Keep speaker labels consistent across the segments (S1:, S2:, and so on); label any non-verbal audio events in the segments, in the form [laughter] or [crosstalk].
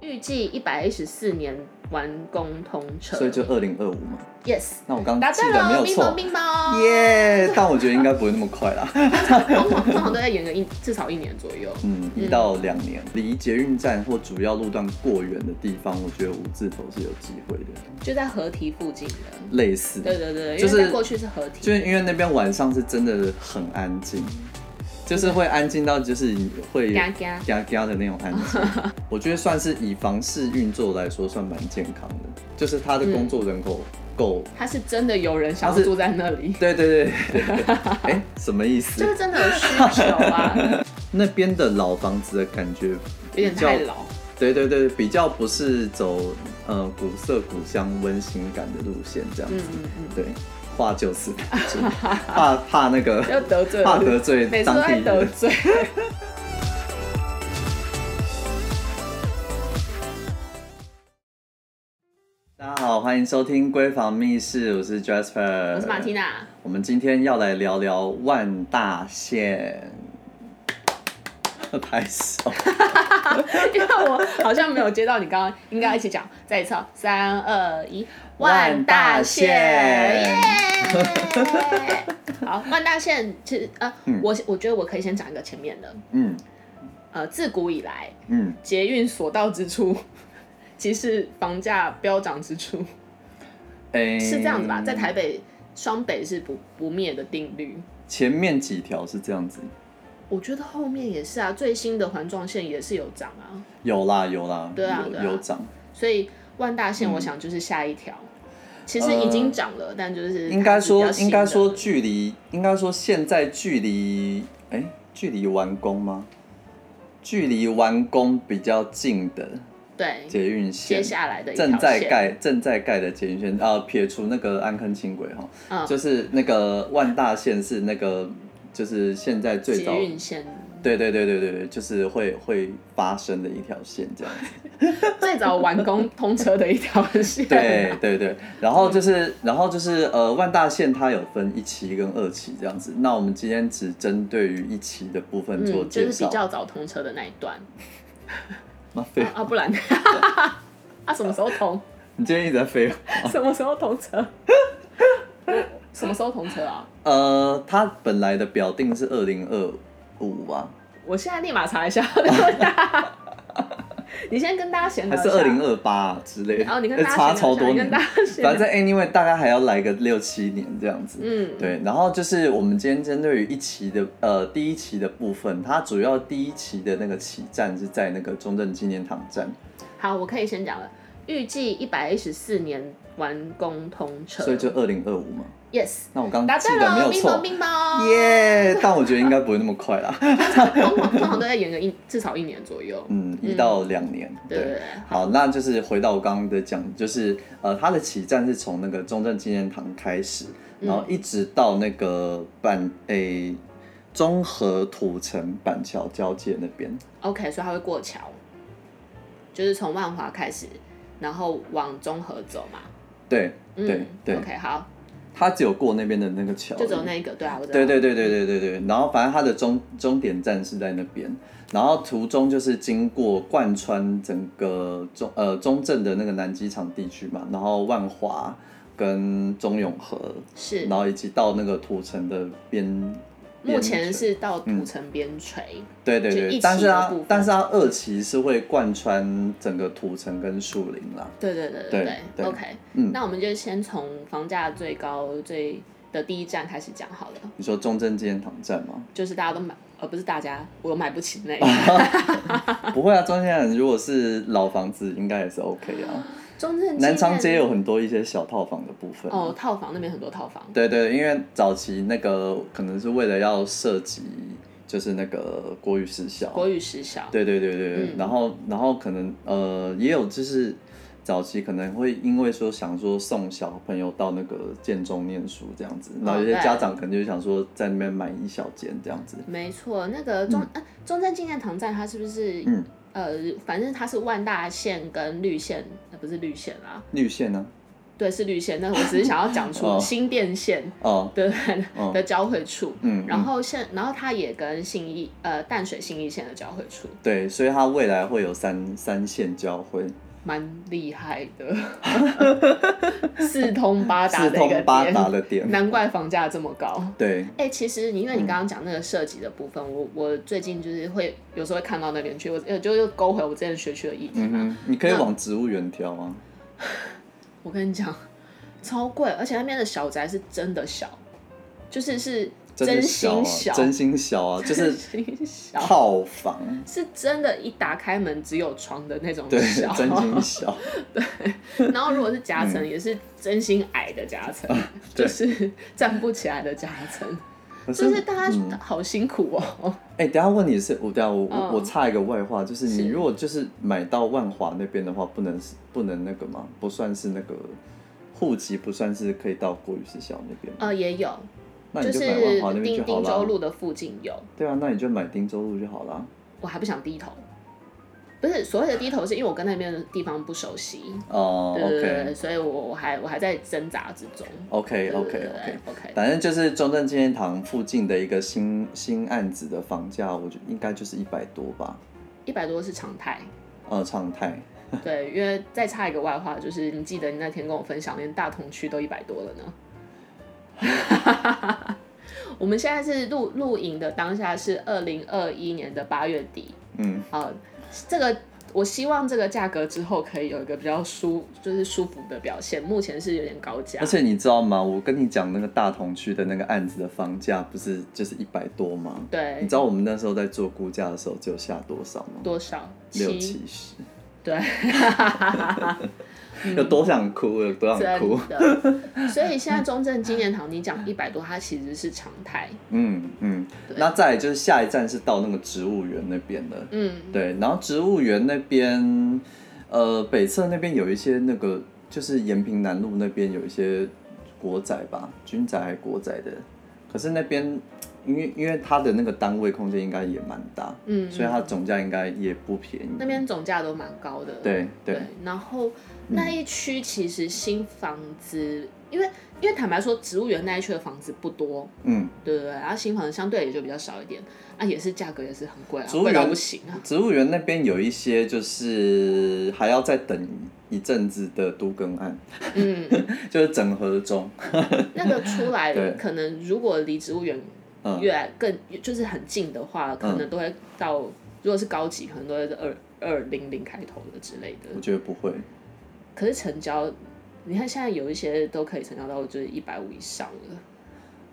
S1: 预计一百一十四年完工通车。
S2: 所以就二零二五嘛。
S1: yes，
S2: 那我刚
S1: 答
S2: 刚
S1: 对
S2: 记得没
S1: 了，
S2: 有
S1: 冰
S2: 错
S1: 雹，冰雹，
S2: 耶但我觉得应该不会那么
S1: [laughs]
S2: 快啦，
S1: 通常通常都在延个一至少一年左右。
S2: 嗯，一到两年，离捷运站或主要路段过远的地方，我觉得五字头是有机会的，
S1: 就在河堤附近的。
S2: 类似。
S1: 对对对，
S2: 就
S1: 因
S2: 是
S1: 为在过去是河堤，
S2: 就是因为那边晚上是真的很安静，就是会安静到就是会
S1: 嘎嘎
S2: 嘎嘎的那种安静。
S1: [laughs]
S2: 我觉得算是以房市运作来说，算蛮健康的，就是他的工作人口够。
S1: 它是真的有人想
S2: 它
S1: 要
S2: 是
S1: 住在那里，
S2: 对对对，
S1: [laughs]
S2: 哎、什么意思
S1: 就？是真的有需求啊，
S2: 那边的老房子的感觉
S1: 有点太老。
S2: [laughs] 对对对，比较不是走呃古色古香、温馨感的路线这样
S1: 嗯
S2: 子。
S1: 嗯嗯，
S2: 对，话就是怕就是
S1: [laughs]
S2: 怕怕那个
S1: 要得罪
S2: 怕
S1: 了，
S2: 得罪
S1: 每次
S2: 当
S1: 都
S2: 地
S1: 在得
S2: 人。 [laughs]
S1: 罪。
S2: 大家好，欢迎收听《闺房密室》，我是 Jasper，
S1: 我是马缇。娜，
S2: 我们今天要来聊聊万大线。拍手，
S1: 因为我好像没有接到你刚刚应该一起讲，再一次哦，三二一，
S2: 万大
S1: 线，
S2: 线
S1: 耶！ [laughs] 好，万大线其实呃，
S2: 嗯
S1: 我我觉得我可以先讲一个前面的，
S2: 嗯
S1: 呃，自古以来
S2: 嗯，
S1: 捷运所到之处。 [laughs] 即是房价飙涨之处，
S2: 诶、
S1: 是这样子
S2: 嗯
S1: 吧？在台北双北是不不灭的定律，
S2: 前面几条是这样子，
S1: 我觉得后面也是啊。最新的环状线也是有涨啊，
S2: 有啦有啦，
S1: 对啊
S2: 有
S1: 对啊
S2: 有涨，
S1: 所以万大
S2: 嗯
S1: 线我想就是下一条，其实已经涨了，但就是
S2: 呃应该
S1: 它是比较新
S2: 说
S1: 的
S2: 应该说距离，应该说现在距离，诶，距离完工吗？距离完工比较近的
S1: 对，
S2: 捷运
S1: 接
S2: 线，
S1: 下来的一条
S2: 正在
S1: 线，
S2: 盖正在盖的捷运线，呃，撇除那个安坑轻轨哈，
S1: 嗯，
S2: 就是那个万大线是那个，就是现在最早
S1: 捷，运线
S2: 对对对对对对，就是会会发生的一条线这样。
S1: 最早完工通车的一条线，
S2: 对对对，然后就是然后就是呃，万大线它有分一期跟二期这样子，那我们今天只针对于一期的部分做
S1: 嗯，就
S2: 介
S1: 是
S2: 绍
S1: 比。较早通车的那一
S2: [laughs]
S1: 段
S2: 那废话，
S1: 啊，不然 [laughs] 啊，什么时候通？
S2: [laughs] 你今天一直在废话。
S1: 什么时候通
S2: [laughs]
S1: 车？什么时候通车啊？
S2: 呃，它本来的表定是二零二五啊吧，
S1: 我现在立马查一下， [laughs] 我等一下你先跟大家闲
S2: 还
S1: 聊一
S2: 是
S1: 下，
S2: 二零二八之类的？哎
S1: 哦，你跟大家闲聊
S2: 差
S1: 一下
S2: 超多
S1: 你跟
S2: 年
S1: 大。家闲聊
S2: 反正 anyway 大概还要来个六七年这样子。
S1: 嗯，
S2: 对，然后就是我们今天针对于一期的呃第一期的部分，它主要第一期的那个起站是在那个中正纪念堂站，
S1: 好，我可以先讲了。预计一百一十四年完工通车，
S2: 所以就二零二五嘛。
S1: yes，
S2: 那我刚
S1: 答
S2: 刚记
S1: 对
S2: 得没
S1: 了，
S2: 有
S1: 冰雹
S2: 错，
S1: 冰雹，
S2: [laughs] 耶！但我觉得应该不会那么快啦， [laughs]
S1: 通常通常都在延个一至少一年左右。
S2: 嗯，一到两年，
S1: 对嗯对
S2: 对
S1: 对。
S2: 好，那就是回到我刚刚的讲，就是呃，它的起站是从那个中正纪念堂开始，
S1: 嗯
S2: 然后一直到那个板诶、中和土城板桥交界那边，
S1: OK，所以它会过桥，就是从万华开始，然后往中和走嘛。
S2: 对
S1: 嗯
S2: 对对，
S1: OK，好，
S2: 它只有过那边的那个桥，
S1: 就走那一个，对啊，我知道。
S2: 对对对对对对对，然后反正它的终终点站是在那边，然后途中就是经过贯穿整个中呃中正的那个南机场地区嘛，然后万华跟中永和，
S1: 是
S2: 然。后以及到那个土城的边。边
S1: 目前
S2: 陲
S1: 是到土城边陲，
S2: 对对
S1: 就一
S2: 对，
S1: 期
S2: 但是
S1: 的
S2: 它
S1: 部分
S2: 但是它二期是会贯穿整个土城跟树林啦。
S1: 对对对
S2: 对
S1: 对
S2: 对
S1: OK，
S2: 嗯
S1: 那我们就先从房价最高最的第一站开始讲好了。
S2: 你说中正纪念堂站
S1: [laughs]
S2: 吗？
S1: 就是大家都买，呃，不是大家，我买不起那
S2: 啊
S1: 个
S2: 不会啊，中正纪念堂如果是老房子，应该也是 OK 啊。
S1: 中正纪念
S2: 南昌街有很多一些小套房的部分。
S1: 哦，套房那边很多套房，
S2: 对对，因为早期那个可能是为了要涉及，就是那个国语私校。
S1: 国语嗯实小，
S2: 对对对对，对然后然后可能呃也有就是早期可能会因为说想说送小朋友到那个建中念书这样子，然后有些
S1: 哦对
S2: 家长可能就想说在那边买一小间这样子。
S1: 没错，那个中、呃中正纪念堂站，它是不是？
S2: 嗯
S1: 呃，反正它是万大线跟绿线，呃，不是绿线啦，
S2: 绿线呢、
S1: 对，是绿线，但我只是想要讲出
S2: 哦
S1: 新店线
S2: 哦，
S1: 的的交汇处，
S2: 嗯，
S1: 然
S2: 嗯
S1: 后现然后它也跟信义呃淡水信义线的交汇处，
S2: 对，所以它未来会有三三线交汇，
S1: 蛮厉害
S2: [laughs]
S1: 的，四通八达
S2: 四
S1: 的一
S2: 通
S1: 个
S2: 八
S1: 点，
S2: 达的点，
S1: 难怪房价这么高。
S2: 对，
S1: 哎、其实你因为你刚刚讲那个设计的部分，我我最近就是会有时候会看到那边去，我呃就又勾回我之前学区的议题
S2: 嗯
S1: 嘛。
S2: 哼，你可以
S1: 那
S2: 往植物园挑啊，
S1: 我跟你讲，超贵，而且那边的小宅是真的小，就是是
S2: 的小
S1: 心小，
S2: 啊，真心小啊，
S1: [laughs]
S2: 就是
S1: 心小，
S2: 套房，
S1: 是真的，一打开门只有床的那种
S2: 对，
S1: 小。
S2: 真
S1: [laughs]
S2: 心小，
S1: 然后如果是夹层，也是真心矮的夹层，
S2: 啊对
S1: 就是站不起来的夹层，
S2: 可嗯是
S1: 就是大家好辛苦哦。 [laughs]
S2: 哎、等一下问你是，我等一下我、
S1: 嗯
S2: 我我插一个外话，就是你
S1: 是
S2: 如果就是买到万华那边的话，不能是不能那个吗？不算是那个户籍，不算是可以到国语学校那边吗？
S1: 呃，也有，
S2: 那你
S1: 就
S2: 就是买万华那边
S1: 丁
S2: 就好啊
S1: 丁州
S2: 啦。
S1: 路的附近有，
S2: 对啊，那你就买汀州路就好啦。
S1: 我还不想低头。不是所谓的低头，是因为我跟那边的地方不熟悉，
S2: 哦、
S1: 对
S2: o
S1: 对对
S2: k
S1: 对，所以我我还我还在挣扎之中。
S2: OK OK
S1: 对对
S2: OK，
S1: 对 OK，
S2: 反正就是中正纪念堂附近的一个新新案子的房价，我觉得应该就是一百多吧。
S1: 一百多是常态。
S2: 呃，常态
S1: 对，因为再插一个外话，就是你记得你那天跟我分享，连大同区都一百多了呢。 [laughs] 我们现在是录录影的当下是二零二一年的八月底，
S2: 嗯，
S1: 呃，这个我希望这个价格之后可以有一个比较舒，就是舒服的表现。目前是有点高价
S2: 而，且你知道吗？我跟你讲那个大同区的那个案子的房价，不是就是一百多吗？你
S1: 对
S2: 知，道我们那时候在做估价的时候，只有下多少吗？
S1: 多少
S2: 六七十，
S1: 对，
S2: [laughs] 有多想哭，有多想
S1: 真
S2: 哭。
S1: 的。 [laughs] 所以现在中正纪念堂，你讲一百多，它其实是常态。
S2: 嗯嗯
S1: 对，
S2: 那再来就是下一站是到那个植物园那边的，
S1: 嗯，
S2: 对，然后植物园那边，呃，北侧那边有一些那个，就是延平南路那边有一些国宅吧，军宅还国宅的，可是那边。因为因为它的那个单位空间应该也蛮大，
S1: 嗯
S2: 所以它总价应该也不便宜。
S1: 那边总价都蛮高的。
S2: 对对，
S1: 然后那一区其实新房子，因为因为坦白说，植物园那一区的房子不多，
S2: 嗯，
S1: 对对对，然后新房子相对也就比较少一点，啊，也是价格也是很贵啊，
S2: 植物
S1: 贵到
S2: 园
S1: 不
S2: [laughs]
S1: 行啊。
S2: 植物园那边有一些就是还要再等一阵子的都更案，
S1: 嗯，
S2: [laughs] 就是整合中。
S1: 那个出来
S2: 对
S1: 可能如果离植物园
S2: 嗯，
S1: 越来更就是很近的话，可能都会到，如果是高级，可能都会是二二零零开头的之类的。
S2: 我觉得不会。
S1: 可是成交，你看现在有一些都可以成交到就是一百五以上了。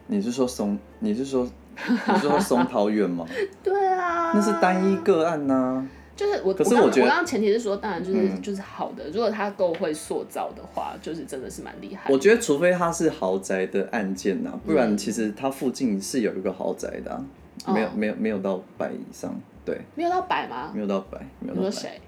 S2: 你是说松？你
S1: [laughs]
S2: 是说你是说松桃园吗？
S1: 对啊，
S2: 那是单一个案啊呐、
S1: 就是我，
S2: 可是
S1: 我
S2: 我
S1: 刚
S2: 觉得
S1: 我刚刚前提是说，当然就是、
S2: 嗯
S1: 就是好的，如果他够会塑造的话，就是真的是蛮厉害。
S2: 我觉得除非它是豪宅的案件呐、不然其实它附近是有一个豪宅的啊、
S1: 嗯哦
S2: 没有没有没有到百以上，对，
S1: 没有到百吗？
S2: 没有到百，没有
S1: 你
S2: 到
S1: 说
S2: 百，
S1: 谁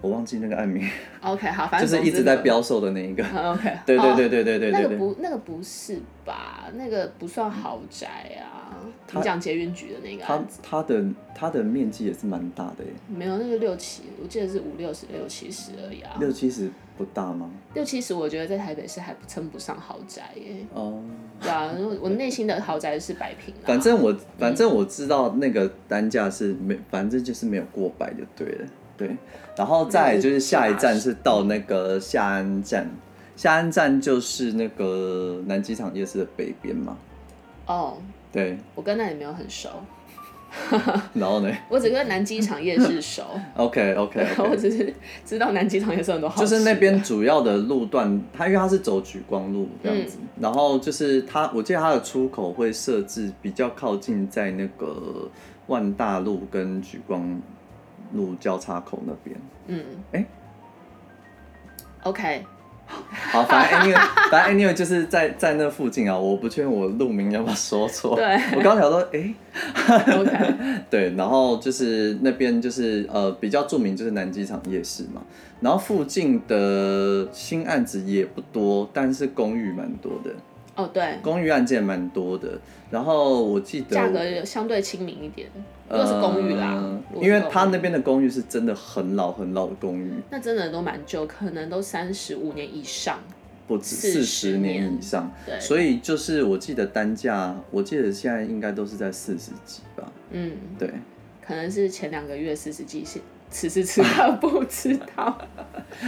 S2: 我忘记那个案名，
S1: ？OK，好，反
S2: 就
S1: 正
S2: 是
S1: 总
S2: 一
S1: 之
S2: 直在。标售的那一个。
S1: 嗯 OK，
S2: 对对
S1: 哦
S2: 对对对对
S1: 那
S2: 对
S1: 个
S2: 对，
S1: 不那个不是吧？那个不算豪宅啊。
S2: 他
S1: 你讲捷运局的那个
S2: 它
S1: 案子，
S2: 它的它的面积也是蛮大的耶，
S1: 没有那个六七，我记得是五六十、六七十而已啊。
S2: 六七十不大吗？
S1: 六七十，我觉得在台北市还称不上豪宅耶。
S2: 哦、
S1: 对啊，因为我内心的豪宅是百平啊。
S2: 反正我反正我知道那个单价是没，反正就是没有过百就对了，对。然后再来就是下一站是到那个下安站，下安站就是那个南机场夜市的北边嘛，
S1: 哦，
S2: 对。
S1: 我跟那也没有很熟，
S2: 然后呢
S1: 我只跟南机场夜市
S2: [laughs]
S1: 熟。
S2: ？OK OK
S1: 我
S2: OK，
S1: 只是知道南机场也是很多 [laughs] 好啊
S2: 就
S1: 吃的
S2: 是那边主要的路段，它因为它是走莒光路这样子，然后就是它，我记得它的出口会设置比较靠近在那个万大路跟莒光路交叉口那边。
S1: 嗯，
S2: 诶
S1: OK，
S2: 好，反正 anyway，反 [laughs] 正 anyway 就是在在那附近啊，我不确定我路名要不要说错。
S1: 对
S2: 我刚想说，诶， [laughs]
S1: OK，
S2: 对，然后就是那边就是呃比较著名就是南机场夜市嘛，然后附近的新案子也不多，但是公寓蛮多的，
S1: 哦对，
S2: 公寓案件蛮多的。然后我记得
S1: 价格也相对亲民一点，如果
S2: 呃
S1: 是公寓啦，如果是
S2: 因为
S1: 公寓
S2: 他那边的公寓是真的很老很老的公寓，
S1: 那真的都蛮久，可能都三十五年以上，
S2: 不止
S1: 40
S2: 四十年以上，
S1: 对，
S2: 所以就是我记得单价，我记得现在应该都是在四十几吧，
S1: 嗯，
S2: 对，
S1: 可能是前两个月四十几是。此时此刻不知
S2: [laughs]
S1: 道，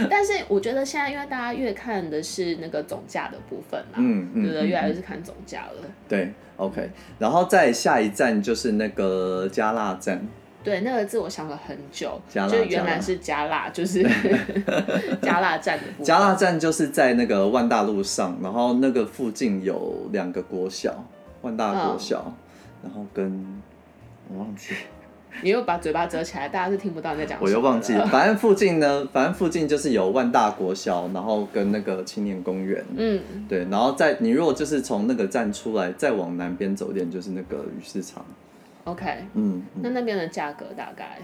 S1: 但是我觉得现在因为大家越看的是那个总价的部分嘛，
S2: 嗯
S1: 对不对？
S2: 嗯，
S1: 越来越
S2: 嗯
S1: 是看总价了。
S2: 对，OK，然后再下一站就是那个加辣站，
S1: 对，那个字我想了很久，
S2: 加辣
S1: 就原来是加辣，就是
S2: [laughs]
S1: 加辣站的部分。
S2: 加辣站就是在那个万大路上，然后那个附近有两个国小，万大国
S1: 嗯
S2: 小，然后跟我忘记。
S1: 你又把嘴巴折起来，大家是听不到你在讲什么
S2: 我
S1: 的。
S2: 又忘记了，反正附近呢，反正附近就是有万大国小，然后跟那个青年公园，
S1: 嗯，
S2: 对，然后再你如果就是从那个站出来，再往南边走一点，就是那个鱼市场，
S1: ，OK。
S2: 嗯，嗯
S1: 那那边的价格大概，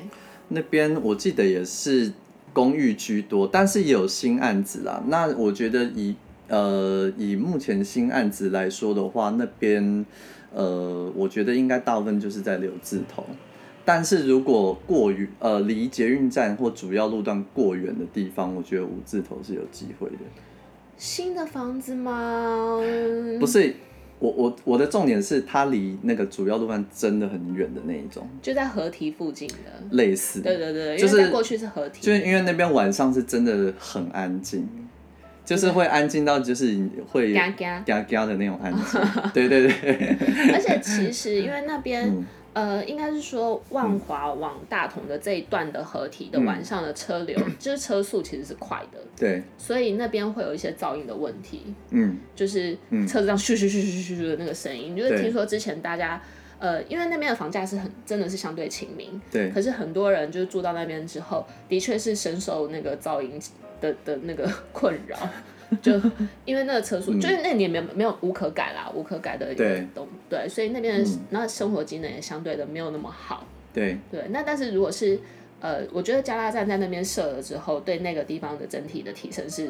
S2: 那边我记得也是公寓居多，但是也有新案子啦。那我觉得以呃以目前新案子来说的话，那边呃我觉得应该大部分就是在柳字头。但是如果过于呃离捷运站或主要路段过远的地方，我觉得五字头是有机会的。
S1: 新的房子吗？
S2: 不是，我我我的重点是它离那个主要路段真的很远的那一种，
S1: 就在河堤附近的。
S2: 类似。
S1: 对对对，
S2: 嗯就
S1: 因
S2: 是
S1: 为在过去是河堤。
S2: 就是因为那边晚上是真的很安静，就是会安静到就是会
S1: 嘎嘎
S2: 嘎嘎的那种安静。 [laughs] 对对对，
S1: 而且其实因为那边、
S2: 嗯
S1: 呃，应该是说万华往大同的这一段的合体
S2: 嗯
S1: 的晚上的车流，就是车速其实是快的，
S2: 对，
S1: 所以那边会有一些噪音的问题，
S2: 嗯
S1: 就是
S2: 嗯
S1: 车子上咻咻咻咻咻咻的那个声音，就是
S2: 对
S1: 听说之前大家。呃，因为那边的房价是很真的是相对亲民，
S2: 对
S1: 可是很多人就是住到那边之后，的确是深受那个噪音的的那个困扰， [laughs] 就因为那个车速，就是那年没有没有无可改啦，无可改的一个
S2: 嗯对
S1: 东对，所以那边的
S2: 嗯
S1: 那生活机能也相对的没有那么好，
S2: 对，
S1: 对。那但是如果是呃，我觉得加拉站在那边设了之后，对那个地方的整体的提升是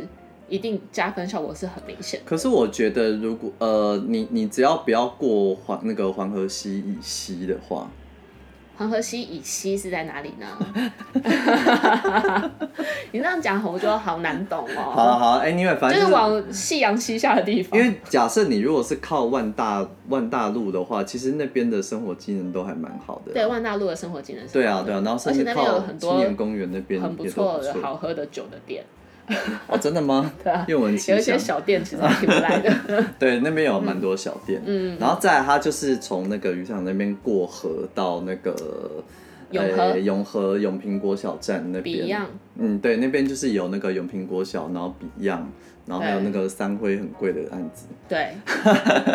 S1: 一定加分效果是很明显的。
S2: 可是我觉得如果呃你你只要不要过黄那个黄河西以西的话，
S1: 黄河西以西是在哪里呢？
S2: [laughs]
S1: 你这样讲我觉得好难懂哦。
S2: 好了好了，anyway，反
S1: 就是
S2: 正就是。
S1: 往夕阳西下的地方。
S2: 因为假设你如果是靠万大万大路的话，其实那边的生活机能都还蛮好的。
S1: 对万大陆的生活技能是
S2: 对啊对啊，然后
S1: 而
S2: 甚
S1: 且
S2: 至
S1: 那边有
S2: 靠
S1: 很多
S2: 青年公园那边
S1: 很不
S2: 也都
S1: 错的
S2: 不
S1: 好喝的酒的店，
S2: 哦，真的吗？
S1: [laughs] 对啊
S2: 愿闻其
S1: 有一
S2: 详
S1: 些小店其实还挺不赖
S2: [laughs]
S1: 的。
S2: 对，那边有蛮多小店，嗯，然后再来它就是从那个渔场那边过河到那个
S1: 永
S2: 呃
S1: 和
S2: 永和永平国小站那边
S1: Beyond
S2: 嗯，对，那边就是有那个永平国小，然后 Beyond，然后还有
S1: 对
S2: 那个三辉很贵的案子， [laughs]
S1: 对，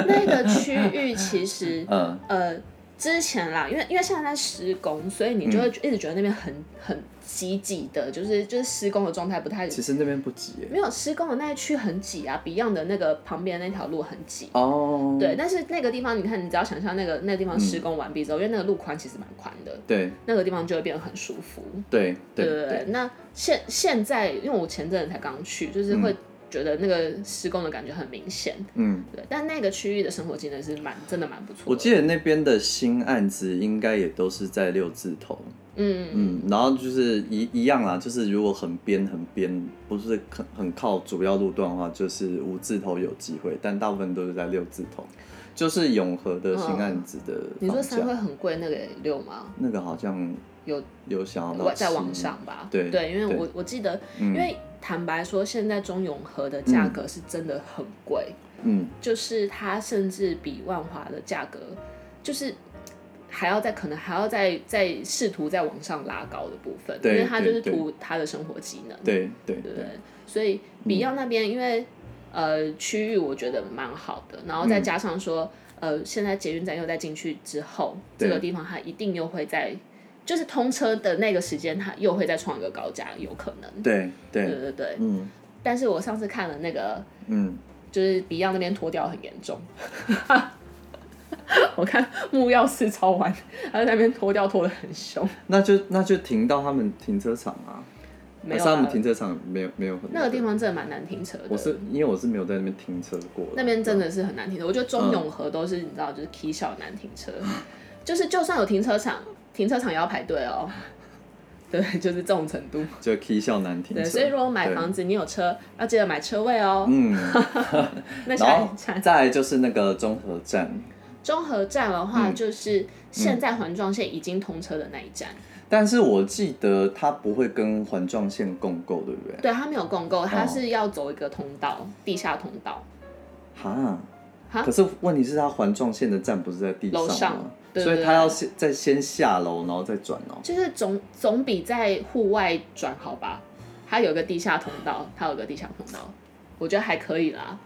S1: 那个区域其实
S2: 嗯，
S1: 呃之前啦，因为因为现在在施工，所以你就会
S2: 嗯
S1: 一直觉得那边很很挤挤的，就是就是施工的状态不太。
S2: 其实那边不挤耶
S1: 没有施工的那一区很挤啊，Beyond 的那个旁边那条路很挤。
S2: 哦，
S1: 对，但是那个地方，你看，你只要想象那个那个地方施工完毕之后，因为那个路宽其实蛮宽的，
S2: 对
S1: 那个地方就会变得很舒服。
S2: 对对
S1: 对对对。那现现在，因为我前阵子才刚去，就是会觉得那个施工的感觉很明显。
S2: 嗯，
S1: 对，但那个区域的生活技能是蛮真的蛮不错的。
S2: 我记
S1: 得，
S2: 得那边的新案子应该也都是在六字头，
S1: 嗯，
S2: 嗯，然后就是一一样啦，就是如果很边很边，不是很很靠主要路段的话，就是五字头有机会，但大部分都是在六字头，就是永和的新案子的
S1: 哦你说
S2: 房
S1: 三
S2: 价，
S1: 会很贵，那个也六吗？
S2: 那个好像
S1: 有
S2: 有想要到
S1: 我在网
S2: 七
S1: 上吧？
S2: 对
S1: 对，因为
S2: 对嗯
S1: 我我记得，因为坦白说，现在中永和的价格是真的很贵，
S2: 嗯，
S1: 就是它甚至比万华的价格，就是还要再可能还要再再试图再往上拉高的部分，因
S2: 对
S1: 为它就是
S2: 对
S1: 图它的生活技能，
S2: 对对
S1: 对
S2: 对
S1: 不对？所以比较那边，因为呃区域我觉得蛮好的，然后
S2: 嗯
S1: 再加上说、呃现在捷运站又在进去之后，这
S2: 对
S1: 个地方它一定又会在就是通车的那个时间，它又会再创一个高价，有可能，
S2: 对
S1: 对
S2: 对，
S1: 对对。
S2: 嗯
S1: 但是我上次看了那个
S2: 嗯，
S1: 就是 Beyond 那边脱掉很严重。 [laughs] 我看木曜四超完，他在那边脱掉脱的很凶，
S2: 那就那就停到他们停车场啊，
S1: 没有
S2: 可是他们
S1: 啦
S2: 停车场没有没有很
S1: 那个地，方真的蛮难停车的。
S2: 我是因为我是没有在那边停车过的，
S1: 那边真的是很难停车，我觉得中永和都是你知道，就是 K
S2: [laughs] [laughs]
S1: 小难停车，就是就算有停车场，停车场也要排队哦。对，就是这种程度。
S2: 就 K 笑难停
S1: 对，
S2: 车。
S1: 所以如果买
S2: 对
S1: 房子，你有车，要记得买车位哦。
S2: 嗯，
S1: [laughs]
S2: [laughs]
S1: 那下
S2: 然
S1: 一
S2: 后
S1: 站
S2: 再来就是那个中和站，
S1: 中和站的话，
S2: 嗯
S1: 就是现在环状线已经通车的那一站。
S2: 但是我记得它不会跟环状线共构，对不对？
S1: 对，它没有共购，它
S2: 哦
S1: 是要走一个通道，地下通道。
S2: 哈，
S1: 哈
S2: 可是问题是它环状线的站不是在地
S1: 楼上
S2: 吗？
S1: 对
S2: 所以
S1: 对
S2: 它
S1: 对
S2: 要先再先下楼，然后再转哦。
S1: 就是总总比在户外转好吧？它有个地下通道，它有个地下通道，我觉得还可以啦。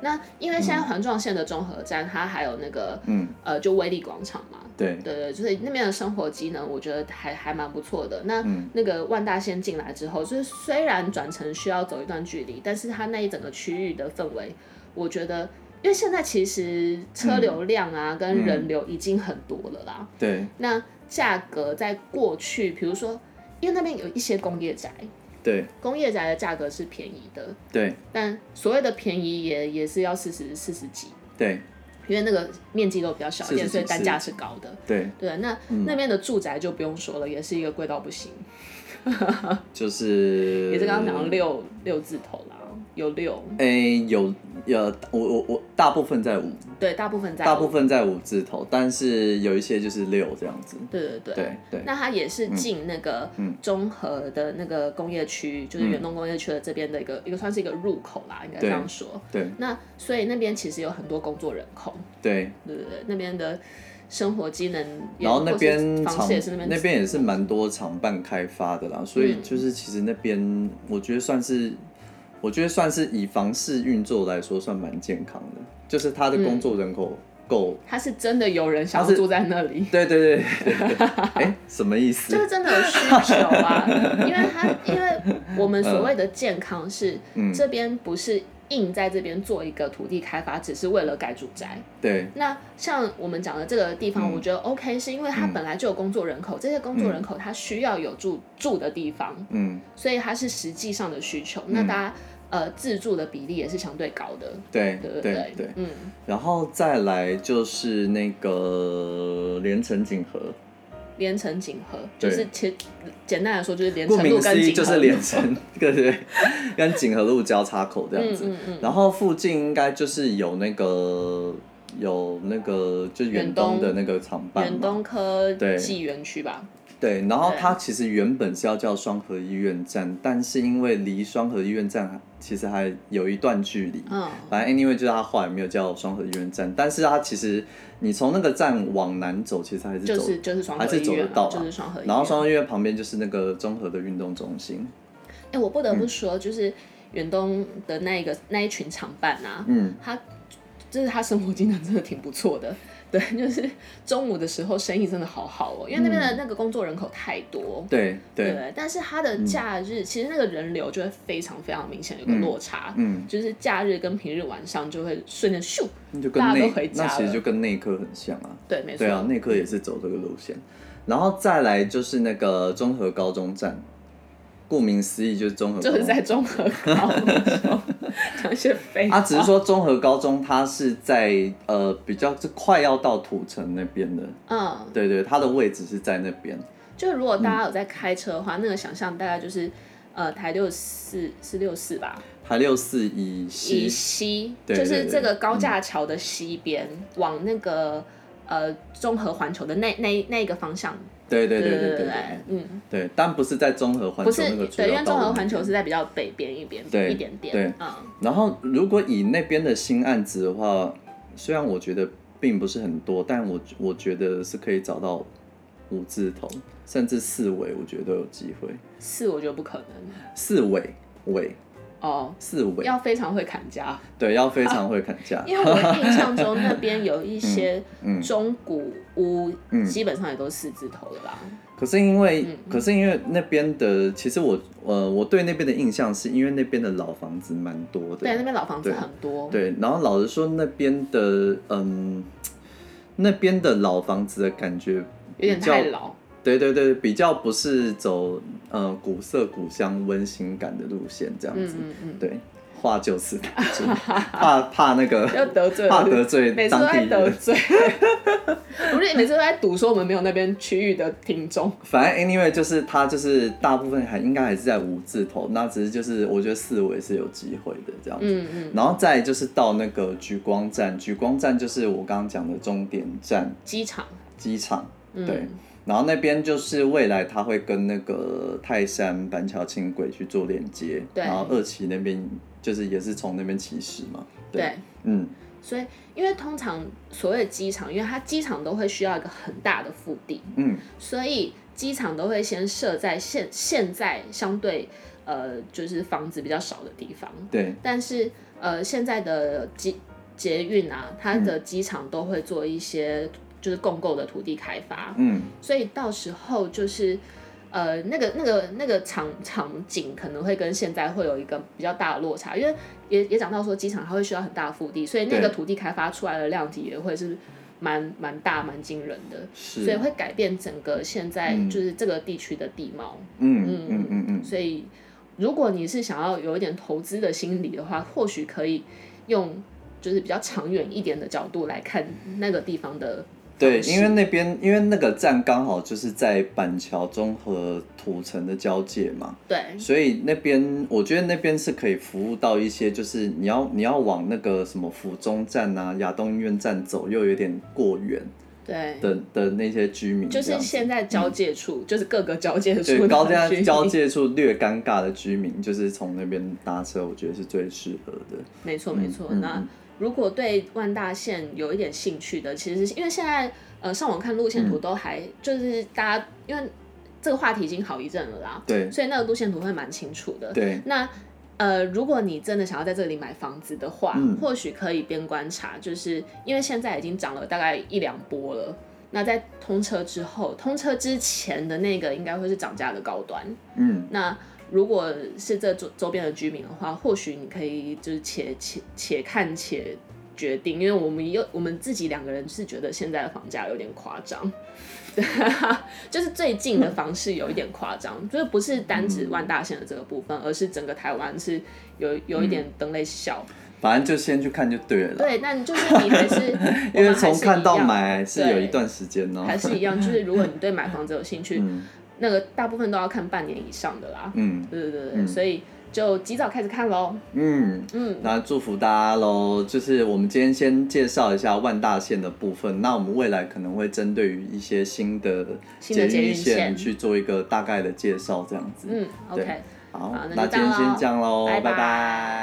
S1: 那因为现在环状线的中和站，它还有那个
S2: 嗯，
S1: 呃，就威力广场嘛。
S2: 对，
S1: 对对，就是那边的生活机能，我觉得还还蛮不错的。那、
S2: 嗯
S1: 那个万大仙进来之后，就是虽然转乘需要走一段距离，但是它那一整个区域的氛围，我觉得，因为现在其实
S2: 嗯
S1: 车流量啊、跟人流已经很多了啦，
S2: 对，
S1: 那价格在过去，比如说，因为那边有一些工业宅，
S2: 对，
S1: 工业宅的价格是便宜的，
S2: 对，
S1: 但所谓的便宜也也是要四十四十几，
S2: 对，
S1: 因为那个面积都比较小一点，
S2: 40
S1: 所以单价是高的。
S2: 对，嗯
S1: 对，那、那边的住宅就不用说了，也是一个贵到不行，
S2: 就是
S1: 也是刚刚讲到六六字头啦，有六，
S2: 诶、有有，我我我大部分在五，
S1: 对，大部分在
S2: 大部分在五字头，但是有一些就是六这样子。
S1: 对对对。
S2: 对对，嗯
S1: 那它也是进那个中和的那个工业区，
S2: 嗯
S1: 就是远东工业区的这边的一个、一个算是一个入口啦，应该这样说。
S2: 对
S1: 那所以那边其实有很多工作人口，
S2: 对，
S1: 对对对，那边的生活机能也，
S2: 然后那
S1: 或是
S2: 边
S1: 房
S2: 厂
S1: 市也是那边嗯
S2: 那边也是蛮多厂办开发的啦，所以就是其实那边我觉得算是，我觉得算是以房市运作来说算蛮健康的，就是它的工作人口够，
S1: 他是真的有人想
S2: 它
S1: 要
S2: 是
S1: 住在那里，
S2: 对对对对对
S1: [laughs]
S2: 对，哎、什么意思
S1: 就？是真的有需求 [laughs] 啊，因为他因为我们所谓的健康是、这边不是硬在这边做一个土地开发，只是为了盖住宅。
S2: 对
S1: 那像我们讲的这个地方，我觉得 OK，是因为它本来就有工作人口，这些工作人口他需要有住住的地方，
S2: 嗯
S1: 所以它是实际上的需求。那大家呃自住的比例也是相对高的，
S2: 对
S1: 对不
S2: 对对，
S1: 嗯，
S2: 然后再来就是那个连城锦河，
S1: 连城锦和就
S2: 对
S1: 是其简单来说就是连
S2: 顾
S1: 城路
S2: 名
S1: 跟
S2: 思义
S1: 锦
S2: 就
S1: 和
S2: 是
S1: 路
S2: 连城，对对对，跟锦河路交叉口这样子。
S1: 嗯
S2: 然后附近应该就是有那个有那个就是远东的那个厂办
S1: 远
S2: 嘛
S1: 东科
S2: 对
S1: 技园区吧，
S2: 对，然后
S1: 对
S2: 它其实原本是要叫双河医院站，但是因为离双河医院站其实还有一段距离，
S1: 嗯，
S2: 反正 anyway 就是它后来没有叫双河医院站，但是它其实你从那个站往南走，其实还是
S1: 就
S2: 走
S1: 是就是双
S2: 还
S1: 河
S2: 是
S1: 医
S2: 走
S1: 院
S2: 得
S1: 啊，
S2: 到啦
S1: 就是双河医院。
S2: 然后双河医院旁边就是那个综合的运动中心，
S1: 哎，我不得
S2: 嗯
S1: 不说，就是远东的那一个那一群厂办啊，
S2: 嗯，
S1: 他就是他生活机能真的挺不错的。 [laughs] 对，就是中午的时候生意真的好好哦，因为那边
S2: 嗯
S1: 的那个工作人口太多。
S2: 对对，
S1: 对，但是它的
S2: 嗯
S1: 假日、其实那个人流就会非常非常明显，有个落差，
S2: 嗯，
S1: 就是假日跟平日晚上就会瞬间咻，
S2: 那就跟
S1: 大家都
S2: 内
S1: 回家
S2: 那其实
S1: 了
S2: 就跟内科很像啊，
S1: 对，没错，
S2: 对啊，内科也是走这个路线，然后再来就是那个综合高中站，顾名思义就是综合
S1: [laughs]
S2: 高
S1: 就
S2: 中，
S1: 是在综合高中讲一些废话。
S2: 啊，只是说综合高中它是在呃比较是快要到土城那边的，
S1: 嗯，
S2: 对对，它的位置是在那边，
S1: 就如果大家有在开车的话，那个想象大概就是呃台六四四六四吧，
S2: 它六四以
S1: 以
S2: 西，
S1: 西
S2: 对
S1: 就
S2: 对
S1: 是
S2: 对嗯
S1: 这个高架桥的西边、往那个呃综合环球的那那那一个方向，
S2: 对对对对
S1: 对
S2: 对
S1: 对
S2: 对，
S1: 嗯，
S2: 对，但不是在综合环
S1: 不
S2: 球
S1: 是
S2: 那个主
S1: 对，因
S2: 要
S1: 为
S2: 道
S1: 综
S2: 路
S1: 合环
S2: 那边
S1: 球是在比较北边一边，
S2: 对
S1: 一点点，
S2: 对
S1: 嗯，
S2: 然后，如果以那边的新案子的话，虽然我觉得并不是很多，但我我觉得是可以找到五字头，甚至四尾，我觉得都有机会。
S1: 四我觉得不可能
S2: 四尾尾
S1: 哦，
S2: 四尾，
S1: 要啊非常会砍
S2: [laughs]
S1: 价，
S2: 对，要非常会砍价。
S1: 因为我印象中那边有一些
S2: 嗯
S1: 中古屋，基本上也都是四字头的啦，
S2: 可是因为，
S1: 嗯
S2: 可是因为那边的，其实我呃，我对那边的印象是因为那边的老房子蛮多的。
S1: 对，那边老房子
S2: 对
S1: 很多，
S2: 对，然后老实说，那边的嗯，那边的老房子的感觉
S1: 有点
S2: 比较
S1: 太老。
S2: 对对对，比较不是走呃古色古香温馨感的路线这样
S1: 嗯
S2: 子。
S1: 嗯嗯。
S2: 对，话就此打
S3: [laughs]
S2: 住，怕怕那个
S3: 要得罪
S2: 怕
S3: 了
S2: 得罪
S3: 每次
S2: 当
S3: 都
S2: 地
S3: 在得
S2: 人。
S3: 罪，我们每次都在赌说我们没有那边区域的听众，
S2: 反正 anyway 就是他就是大部分还应该还是在五字头，那只是就是我觉得四维是有机会的这样子。
S3: 嗯嗯，
S2: 然后再就是到那个莒光站，莒光站就是我刚刚讲的终点站
S1: 机场
S2: 机场，
S3: 嗯
S2: 对。然后那边就是未来它会跟那个泰山板桥轻轨去做连接，
S1: 对
S2: 然后二期那边就是也是从那边起始嘛，对，
S1: 对。
S2: 嗯，
S1: 所以，因为通常所谓的机场，因为它机场都会需要一个很大的腹地，
S2: 嗯，
S1: 所以机场都会先设在现现在相对呃就是房子比较少的地方。
S2: 对，
S1: 但是呃，现在的机捷运啊，它的机场都会做一些就是共购的土地开发，
S2: 嗯，
S1: 所以到时候就是呃那个那个那个场场景可能会跟现在会有一个比较大的落差，因为也也讲到说机场它会需要很大的腹地，所以那个
S2: 对
S1: 土地开发出来的量体也会是蛮蛮大蛮惊人的。
S2: 是，
S1: 所以会改变整个现在
S2: 嗯
S1: 就是这个地区的地貌，
S2: 嗯
S1: 嗯
S2: 嗯嗯嗯嗯，
S1: 所以，如果你是想要有一点投资的心理的话，或许可以用就是比较长远一点的角度来看那个地方的
S2: 对，
S1: 方式
S2: 因为那边因为那个站刚好就是在板桥中和土城的交界嘛，
S1: 对
S2: 所以那边我觉得那边是可以服务到一些，就是你要你要往那个什么府中站啊、亚东医院站走，又有点过远
S1: 对，
S2: 的的那些居民这
S1: 就
S2: 样子，嗯
S1: 是现在交界处，就是各个交界处
S2: 对
S1: 的
S2: 高架
S1: 区域
S2: 交，界处略尴尬的居民，就是从那边搭车，我觉得是最适合的。
S1: 没错没错。
S2: 嗯嗯
S1: 那
S2: 嗯
S1: 如果对万大线有一点兴趣的，其实是因为现在呃上网看路线图都还、就是大家因为这个话题已经好一阵了啦，
S2: 对
S1: 所以那个路线图会蛮清楚的。
S2: 对，
S1: 那呃，如果你真的想要在这里买房子的话，
S2: 嗯
S1: 或许可以边观察，就是因为现在已经涨了大概一两波了。那在通车之后，通车之前的那个应该会是涨价的高端。
S2: 嗯，
S1: 那如果是这周周边的居民的话，或许你可以就是且且且看且决定，因为我们又我们自己两个人是觉得现在的房价有点夸张， [laughs] 对啊，就是最近的房市有一点夸张，就是不是单指万大线的这个部分，而是整个台湾是有有一点等类小。
S2: 反正就先去看就对了啦。
S1: 对，但就是你还 [laughs] 是
S2: 因为从看到。
S1: 我们还是一样
S2: 买是有一段时间哦呢、
S1: 还是一样，就是如果你对买房子有兴趣，
S2: 嗯
S1: 那个大部分都要看半年以上的啦。
S2: 嗯
S1: 对对对对，
S2: 嗯
S1: 所以就及早开始看喽。
S2: 嗯，
S1: 嗯，
S2: 那祝福大家喽！就是我们今天先介绍一下万大线的部分，那我们未来可能会针对于一些新的
S1: 新的捷运线
S2: 线去做一个大概的介绍，这样子。
S1: 嗯
S2: 对
S1: ，OK，
S2: 好，
S1: 好那就
S2: 那今天
S1: 这样咯
S2: 先这样喽，
S1: 拜
S2: 拜
S1: 拜